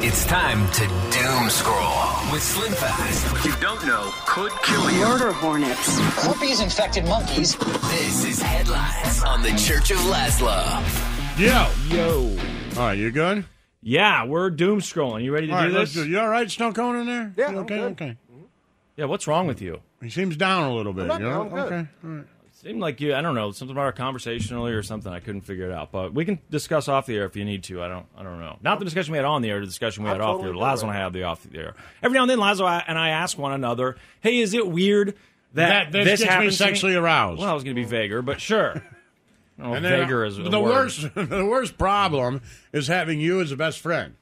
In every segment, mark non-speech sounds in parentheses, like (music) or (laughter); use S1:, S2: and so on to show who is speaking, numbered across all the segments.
S1: It's time to doom scroll with Slim Fast. What you don't know could kill you.
S2: Murder hornets.
S3: Herpes infected monkeys.
S1: This is headlines on the Church of Laszlo.
S4: Yo, yo. All right, you good?
S5: Yeah, we're doom scrolling. You ready to
S4: all right,
S5: do
S4: let's
S5: this?
S4: do. You all right, Snow Cone, in there? Yeah. okay, okay.
S5: yeah, what's wrong with you?
S4: He seems down a little bit. you know? Okay. All right.
S5: Seemed like you. I don't know something about our conversation earlier or something. I couldn't figure it out, but we can discuss off the air if you need to. I don't. I don't know. Not the discussion we had on the air. The discussion we had off the air. Lazo and I had the off the air. Every now and then, Lazo and I ask one another, "Hey, is it weird
S4: That-
S5: that,
S4: this gets me
S5: happens to
S4: sexually aroused.
S5: Well, I was going to be vaguer,
S4: (laughs)
S5: but sure. Oh,
S4: And then, uh,
S5: vaguer is
S4: the,
S5: a word.
S4: worst. (laughs) The worst problem is having you as a best friend.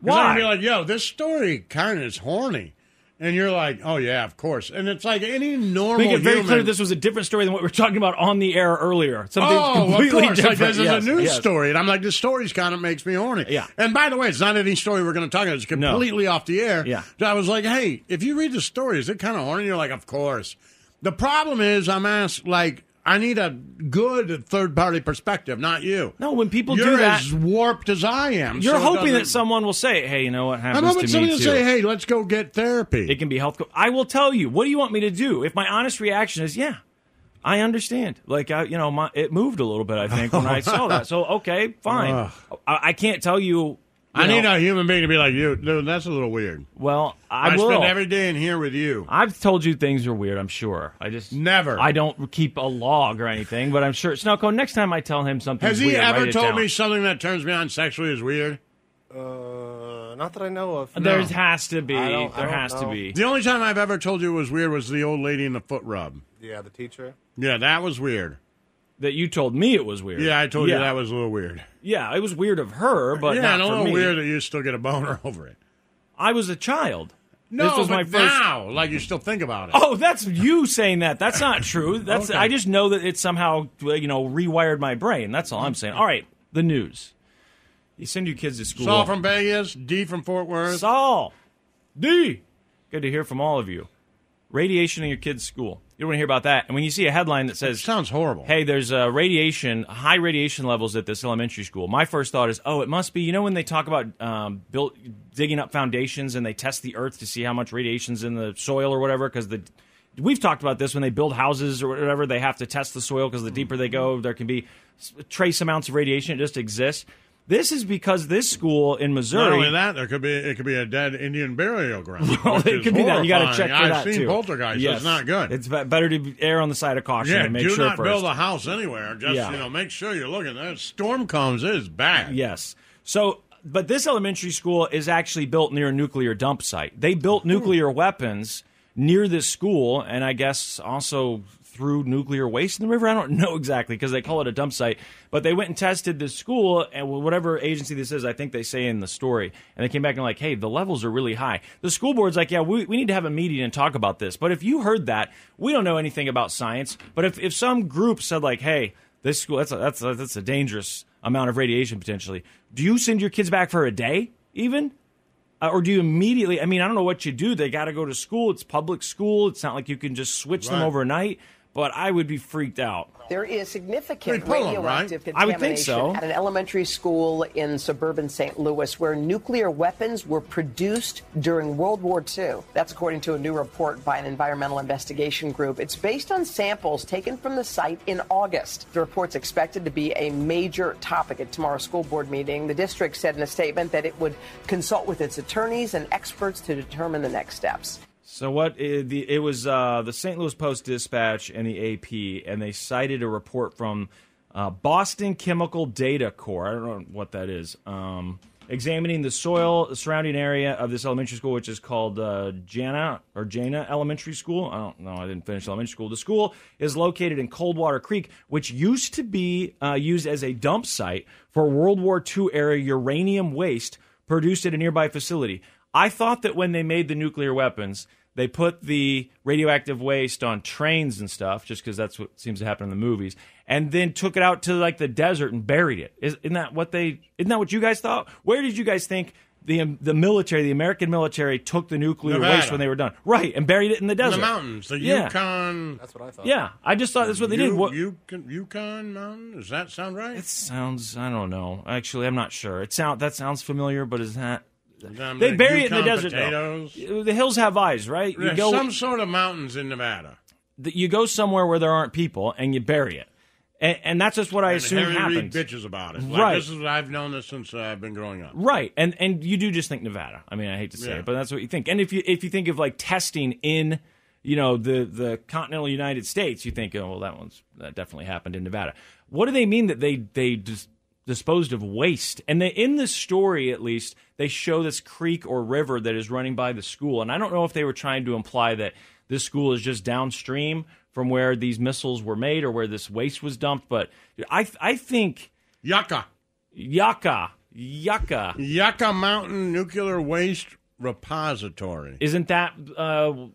S4: 'Cause
S5: Why?
S4: I'd be like, yo, this story kind of is horny. And you're like, oh, yeah, of course. And it's like any normal
S5: Make it very
S4: human-
S5: clear this was a different story than what we were talking about on the air earlier. Something
S4: Oh, of
S5: completely
S4: course. Like,
S5: different.
S4: this is
S5: Yes,
S4: a news
S5: yes.
S4: story, and I'm like, this story's kind of makes me horny.
S5: Yeah.
S4: And by the way, it's not any story we're going to talk about. It's
S5: No.
S4: completely off the air.
S5: Yeah.
S4: So I was like, hey, if you read the story, is it kind of horny? You're like, of course. The problem is, I'm asked like, I need a good third party perspective, not you.
S5: No, when people
S4: You're
S5: do that,
S4: as warped as I am. so
S5: You're
S4: it
S5: hoping that
S4: doesn't-
S5: someone will say, "Hey, you know what
S4: I'm
S5: happens
S4: hoping
S5: to me
S4: somebody
S5: too."
S4: will say, hey, let's go get therapy.
S5: it can be health. Co- I will tell you. What do you want me to do? If my honest reaction is, "Yeah, I understand," like I, you know, my it moved a little
S4: (laughs)
S5: bit. I think when I saw that. So okay, fine. I, I can't tell you. you
S4: I need
S5: know,
S4: a human being to be like you. Dude, that's a little weird.
S5: Well, I, will.
S4: spend every day in here with you.
S5: I've told you things are weird. I'm sure. I just
S4: Never.
S5: I don't keep a log or anything, but I'm sure. Snowcone. Next time I tell him something,
S4: Has he
S5: weird, write
S4: ever
S5: it
S4: told
S5: down.
S4: me something that turns me on sexually is weird?
S6: Uh, not that I know of.
S5: There
S4: No.
S5: has to be.
S6: I don't- I
S5: There
S6: don't
S5: has to
S6: know.
S5: be.
S4: The only time I've ever told you it was weird was the old lady in the foot rub.
S6: Yeah, the teacher.
S4: Yeah, that was weird.
S5: That you told me it was weird.
S4: Yeah, I told you that was a little weird.
S5: Yeah, it was weird of her, but
S4: yeah,
S5: not
S4: and a
S5: for
S4: little
S5: me.
S4: weird that you still get a boner (laughs) over it.
S5: I was a child.
S4: No,
S5: this was
S4: but
S5: my first.
S4: now, like you still think about it.
S5: Oh, that's you saying that. That's
S4: (laughs)
S5: not true. That's
S4: Okay.
S5: I just know that it somehow you know rewired my brain. That's all I'm saying. All right, the news. You send your kids to school.
S4: Saul from Vegas, D from Fort Worth.
S5: Saul, D. Good to hear from all of you. Radiation in your kids' school. You don't want to hear about that. And when you see a headline that says
S4: Sounds horrible.
S5: hey, there's uh, radiation, high radiation levels at this elementary school. My first thought is, oh, it must be. You know, when they talk about um, built, digging up foundations and they test the earth to see how much radiation's in the soil or whatever, because the we've talked about this when they build houses or whatever, they have to test the soil because the deeper they go, there can be s- trace amounts of radiation. It just exists. This is because this school in
S4: Not
S5: Missouri.
S4: only that, there could be it could be a dead Indian burial ground.
S5: (laughs) Well,
S4: which
S5: it
S4: is
S5: could be that. You got to
S4: horrifying.
S5: check for
S4: I've
S5: that
S4: seen
S5: too.
S4: poltergeist.
S5: Yes.
S4: It's not good.
S5: It's be- better to be- err on the side of caution
S4: yeah,
S5: and make
S4: do
S5: sure
S4: not
S5: first.
S4: build a house anywhere. Just
S5: Yeah.
S4: you know, make sure you're looking. That storm comes, it is bad.
S5: Yes. So, but this elementary school is actually built near a nuclear dump site. They built nuclear weapons near this school, and I guess also threw nuclear waste in the river. I don't (laughs) know exactly because they call it a dump site. But they went and tested this school, and whatever agency this is, I think they say in the story, and they came back and like, hey, the levels are really high. The school board's like, yeah, we, we need to have a meeting and talk about this. But if you heard that, we don't know anything about science. But if, if some group said like, hey, this school that's a, that's a, that's a dangerous amount of radiation potentially. Do you send your kids back for a day even? Uh, or do you immediately I mean, I don't know what you do. They got to go to school. It's public school. It's not like you can just switch them
S4: Right.
S5: overnight, but I would be freaked out.
S7: There is
S4: Pretty
S7: significant
S4: full of 'em,
S7: radioactive
S4: right?
S5: I
S7: contamination
S5: would think so.
S7: at an elementary school in suburban St. Louis where nuclear weapons were produced during World War II. That's according to a new report by an environmental investigation group. It's based on samples taken from the site in August. The report's expected to be a major topic at tomorrow's school board meeting. The district said in a statement that it would consult with its attorneys and experts to determine the next steps.
S5: So what it, the, it was uh, the St. Louis Post Dispatch and the AP, and they cited a report from uh, Boston Chemical Data Corps. I don't know what that is. Um, examining the soil the surrounding area of this elementary school, which is called uh, Jana or Jana Elementary School. I don't know. I didn't finish elementary school. The school is located in Coldwater Creek, which used to be uh, used as a dump site for World War II era uranium waste produced at a nearby facility. I thought that when they made the nuclear weapons, they put the radioactive waste on trains and stuff, just because that's what seems to happen in the movies, and then took it out to like the desert and buried it. Is- Isn't that what they? Isn't that what you guys thought? Where did you guys think the um, the military, the American military, took the nuclear
S4: Nevada.
S5: waste when they were done? Right, and buried it in the
S4: In
S5: desert,
S4: the mountains, the
S5: yeah,
S4: Yukon.
S6: That's what I thought.
S5: yeah. I just thought that's what they did.
S4: Yu-
S5: What-
S4: Yukon, Yukon Mountain? Does that sound right?
S5: It sounds. I don't know. Actually, I'm not sure. It sound that sounds familiar, but is that? something.
S4: Um,
S5: they
S4: like
S5: bury it in the
S4: Yukon
S5: desert. though.
S4: potatoes.
S5: The hills have eyes, right? You
S4: There's
S5: go,
S4: some sort of mountains in Nevada.
S5: th- you go somewhere where there aren't people and you bury it, and, and that's just what I
S4: And
S5: assume
S4: Harry Reid
S5: happens.
S4: bitches about it. Like,
S5: Right.
S4: This is I've known this since uh, I've been growing up.
S5: Right, and and you do just think Nevada. I mean, I hate to say
S4: Yeah.
S5: it, but that's what you think. And if you if you think of like testing in, you know, the the continental United States, you think, oh well, that one's that definitely happened in Nevada. What do they mean that they they dis- disposed of waste? And they, in this story, at least, they show this creek or river that is running by the school, and I don't know if they were trying to imply that this school is just downstream from where these missiles were made or where this waste was dumped, but I I think
S4: Yucca.
S5: yucca yucca.
S4: Yucca Mountain Nuclear Waste Repository.
S5: Isn't that? Uh,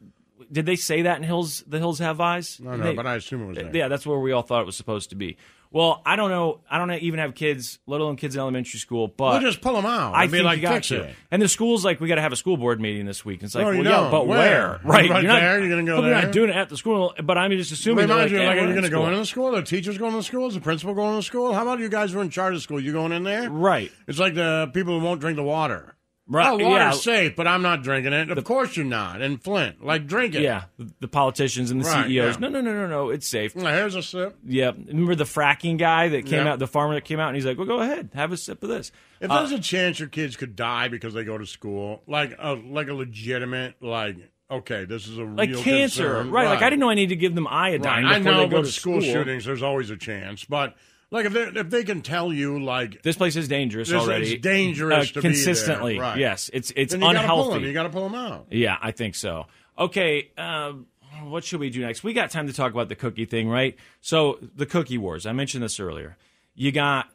S5: did they say that in Hills? The Hills Have Eyes.
S4: I don't know,
S5: They-
S4: but I assume it was there.
S5: yeah, that's where we all thought it was supposed to be. Well, I don't know. I don't even have kids, let alone kids in elementary school. But
S4: We'll just pull them out.
S5: I
S4: mean,
S5: think
S4: like,
S5: you got
S4: fix
S5: to.
S4: it.
S5: And the school's like, we got to have a school board meeting this week. And it's like,
S4: No, you
S5: well, yeah,
S4: don't.
S5: but
S4: Where?
S5: where?
S4: You're right there, you're gonna go
S5: but We're
S4: there.
S5: not doing it at the school. But I'm just assuming.
S4: Remind
S5: they're like,
S4: you,
S5: "Eh,
S4: like, are
S5: we're
S4: you
S5: in
S4: going to go
S5: school."
S4: into the school? The teacher's going to the school? Is the principal going to the school? How about you guys who are in charge of school? You going in there?
S5: Right.
S4: It's like the people who won't drink the water.
S5: Right,
S4: Oh, water's
S5: yeah.
S4: safe, but I'm not drinking it. Of course you're not. In Flint, like drink it.
S5: Yeah, the- the politicians and the
S4: Right,
S5: CEOs.
S4: yeah.
S5: No, no, no, no, no. It's safe.
S4: Now, Here's a sip.
S5: Yeah. Remember the fracking guy that came
S4: Yeah.
S5: out, the farmer that came out, and he's like, "Well, go ahead, have a sip of this."
S4: If there's a chance your kids could die because they go to school, like a like a legitimate like okay, this is a
S5: like
S4: real
S5: cancer,
S4: concern.
S5: right? Like I didn't know I needed to give them
S4: Right.
S5: iodine
S4: I
S5: before
S4: know,
S5: they go
S4: but
S5: to
S4: school, shootings, there's always a chance. But like if they if they can tell you like
S5: This place is dangerous
S4: This is
S5: already. Uh,
S4: dangerous to be there,
S5: consistently.
S4: right.
S5: Yes, it's it's
S4: then you gotta pull them,
S5: unhealthy.
S4: you got to pull them out.
S5: yeah, I think so. Okay, um, what should we do next? We got time to talk about the cookie thing, right? So the cookie wars. I mentioned this earlier. You got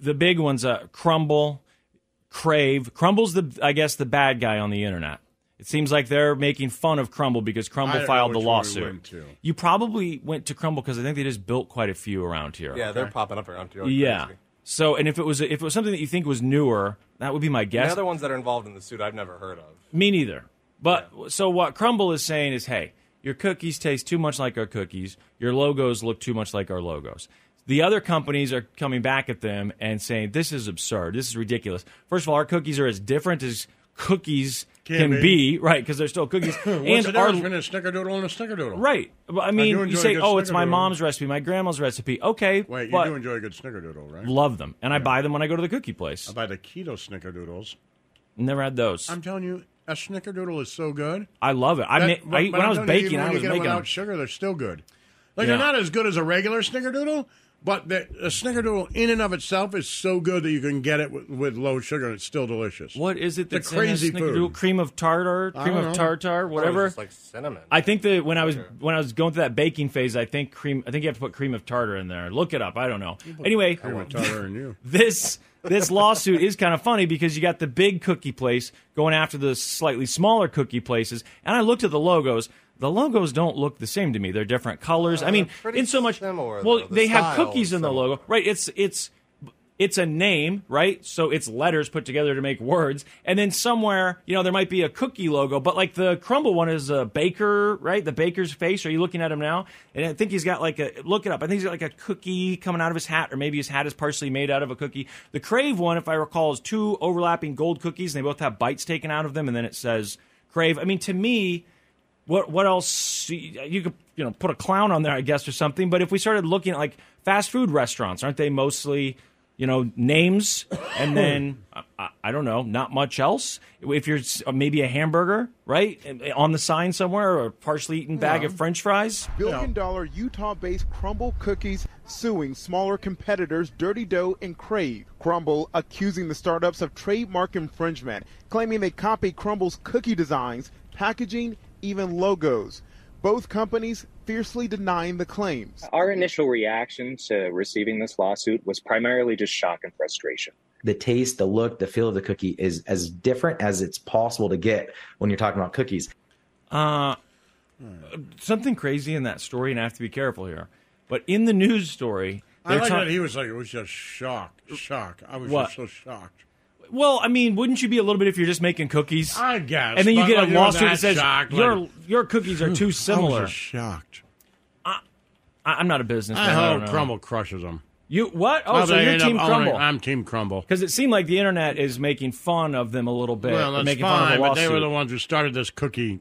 S5: the big ones: uh, Crumble, Crave. Crumble's the I guess the bad guy on the internet. It seems like they're making fun of Crumble because
S4: I don't
S5: Crumble
S4: know
S5: filed the
S4: which one we
S5: lawsuit.
S4: went to.
S5: You probably went to Crumble because I think they just built quite a few around here.
S6: Yeah, they're popping up around here. like
S5: Yeah.
S6: crazy.
S5: So, and if it was if it was something that you think was newer, that would be my
S6: The
S5: guess.
S6: other ones that are involved in the suit I've never heard of.
S5: Me neither. But so what Crumble is saying is, hey, your cookies taste too much like our cookies. Your logos look too much like our logos. The other companies are coming back at them and saying, this is absurd. This is ridiculous. First of all, our cookies are as different as cookies
S4: Can
S5: can,
S4: be.
S5: be. right? Because they're still cookies.
S4: What's
S5: and
S4: the
S5: our
S4: difference between a snickerdoodle and a snickerdoodle?
S5: right. But, I
S4: do
S5: mean, you
S4: enjoy a
S5: say,
S4: good
S5: oh, it's my
S4: snickerdoodle.
S5: mom's recipe, my grandma's recipe. Okay,
S4: Wait, you
S5: but
S4: do enjoy a good snickerdoodle, right?
S5: love them, and I buy them when I go to the cookie place.
S4: I buy the keto snickerdoodles.
S5: Never had those.
S4: I'm telling you, a snickerdoodle is so good.
S5: I love it. I
S4: That-
S5: ma-
S4: but-
S5: I, when
S4: but
S5: I
S4: I'm
S5: was
S4: telling you,
S5: baking,
S4: even when
S5: I
S4: you
S5: was
S4: get them
S5: making
S4: without
S5: them.
S4: sugar. They're still good. Like
S5: Yeah.
S4: they're not as good as a regular snickerdoodle, but the, a snickerdoodle in and of itself is so good that you can get it with, with low sugar and it's still delicious.
S5: What is it
S4: The
S5: that's in this
S4: crazy
S5: snickerdoodle?
S4: food.
S5: Cream of tartar, cream
S4: don't
S5: of
S4: know.
S5: tartar, whatever.
S6: It's like cinnamon.
S5: I think that when I was when I was going through that baking phase, I think cream. I think you have to put cream of tartar in there. Look it up. I don't know. Anyway,
S4: I want tartar in you.
S5: this this lawsuit is kind of funny because you got the big cookie place going after the slightly smaller cookie places, and I looked at the logos. The logos don't look the same to me. They're different colors. I mean,
S6: Uh, they're pretty
S5: in so much
S6: similar,
S5: well,
S6: though. The
S5: they have
S6: style's
S5: cookies in the
S6: similar.
S5: logo, right? It's it's it's a name, right? So it's letters put together to make words, and then somewhere you know there might be a cookie logo, but like the crumble one is a baker, right? The baker's face. Are you looking at him now? And I think he's got like a look it up. I think he's got like a cookie coming out of his hat, or maybe his hat is partially made out of a cookie. The crave one, if I recall, is two overlapping gold cookies, and they both have bites taken out of them, and then it says crave. I mean, to me, what what else you could you know put a clown on there I guess or something but if we started looking at like fast food restaurants aren't they mostly you know names
S4: (coughs)
S5: and then I- I, I don't know not much else if you're s- uh, maybe a hamburger right on the sign somewhere or a partially eaten bag of french fries
S2: billion dollar Utah based Crumble Cookies suing smaller competitors Dirty Dough and Crave. Crumble accusing the startups of trademark infringement, claiming they copy Crumble's cookie designs, packaging, even logos. Both companies fiercely denying the claims.
S8: Our initial reaction to receiving this lawsuit was primarily just shock and frustration.
S9: the taste, the look, the feel of the cookie is as different as it's possible to get when you're talking about cookies.
S5: Uh, something crazy in that story and I have to be careful here but in the news story
S4: I
S5: (laughs) they're
S4: like
S5: ta-
S4: that he was like, it was just shocked, shocked. I was
S5: What?
S4: just so shocked.
S5: well I mean wouldn't you be a little bit if you're just making cookies
S4: I guess.
S5: and then you
S4: but,
S5: get
S4: like,
S5: a
S4: know,
S5: lawsuit that says
S4: shocked, like,
S5: your your cookies
S4: (sighs)
S5: are too
S4: I
S5: similar
S4: was just shocked.
S5: I, I'm not a businessman.
S4: I
S5: I don't
S4: hope
S5: know.
S4: Crumble crushes them.
S5: You what? Oh, so
S4: they
S5: you're
S4: end
S5: Team
S4: up owning-
S5: Crumble.
S4: I'm Team Crumble.
S5: Because it seemed like the internet is making fun of them a little bit.
S4: Well, that's
S5: making fun
S4: fine,
S5: of
S4: but they were
S5: lawsuit.
S4: the ones who started this cookie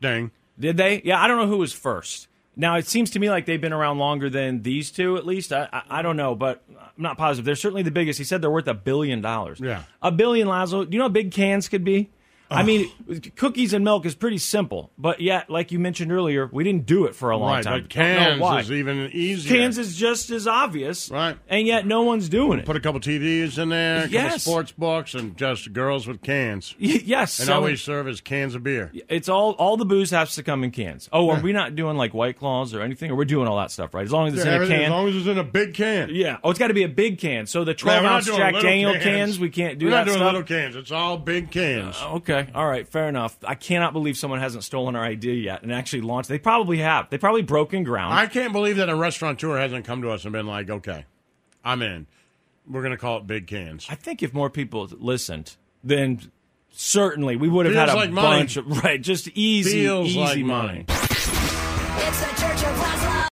S4: thing.
S5: Did they? Yeah, I don't know who was first. Now it seems to me like they've been around longer than these two, at least. I, I, I don't know, but I'm not positive. They're certainly the biggest. He said they're worth a billion dollars.
S4: Yeah.
S5: a billion Lazo. Do you know how big cans could be? I mean, cookies and milk is pretty simple, but yet, like you mentioned earlier, we didn't do it for a long
S4: right,
S5: time.
S4: but
S5: Don't know
S4: cans
S5: why.
S4: is even easier.
S5: cans is just as obvious,
S4: Right.
S5: And yet, no one's doing it. (laughs)
S4: Put a couple TVs in there, a couple
S5: Yes.
S4: sports books, and just girls with cans.
S5: yes,
S4: And
S5: so-
S4: always serve as cans of beer.
S5: It's all all the booze has to come in cans. Oh, are we not doing like white claws or anything? Or we're doing all that stuff, right? As long as it's in a
S4: Everything-
S5: can.
S4: As long as it's in a big can.
S5: yeah. Oh, it's got to be a big can. So the
S4: Man,
S5: twelve
S4: we're not
S5: ounce
S4: doing
S5: Jack
S4: little
S5: Daniel cans. we can't do
S4: we're
S5: that
S4: not doing
S5: stuff. Uh,
S4: little cans. It's all big cans.
S5: Okay, all right, fair enough. I cannot believe someone hasn't stolen our idea yet and actually launched. They probably have. They probably broken ground.
S4: I can't believe that a restaurateur hasn't come to us and been like, okay, I'm in. We're going to call it big cans.
S5: I think if more people listened, then certainly we would have
S4: Feels
S5: had a
S4: like money.
S5: (laughs) bunch of right, just easy,
S4: Feels
S5: easy
S4: like
S5: money.
S4: money.
S10: It's the Church of Laszlo.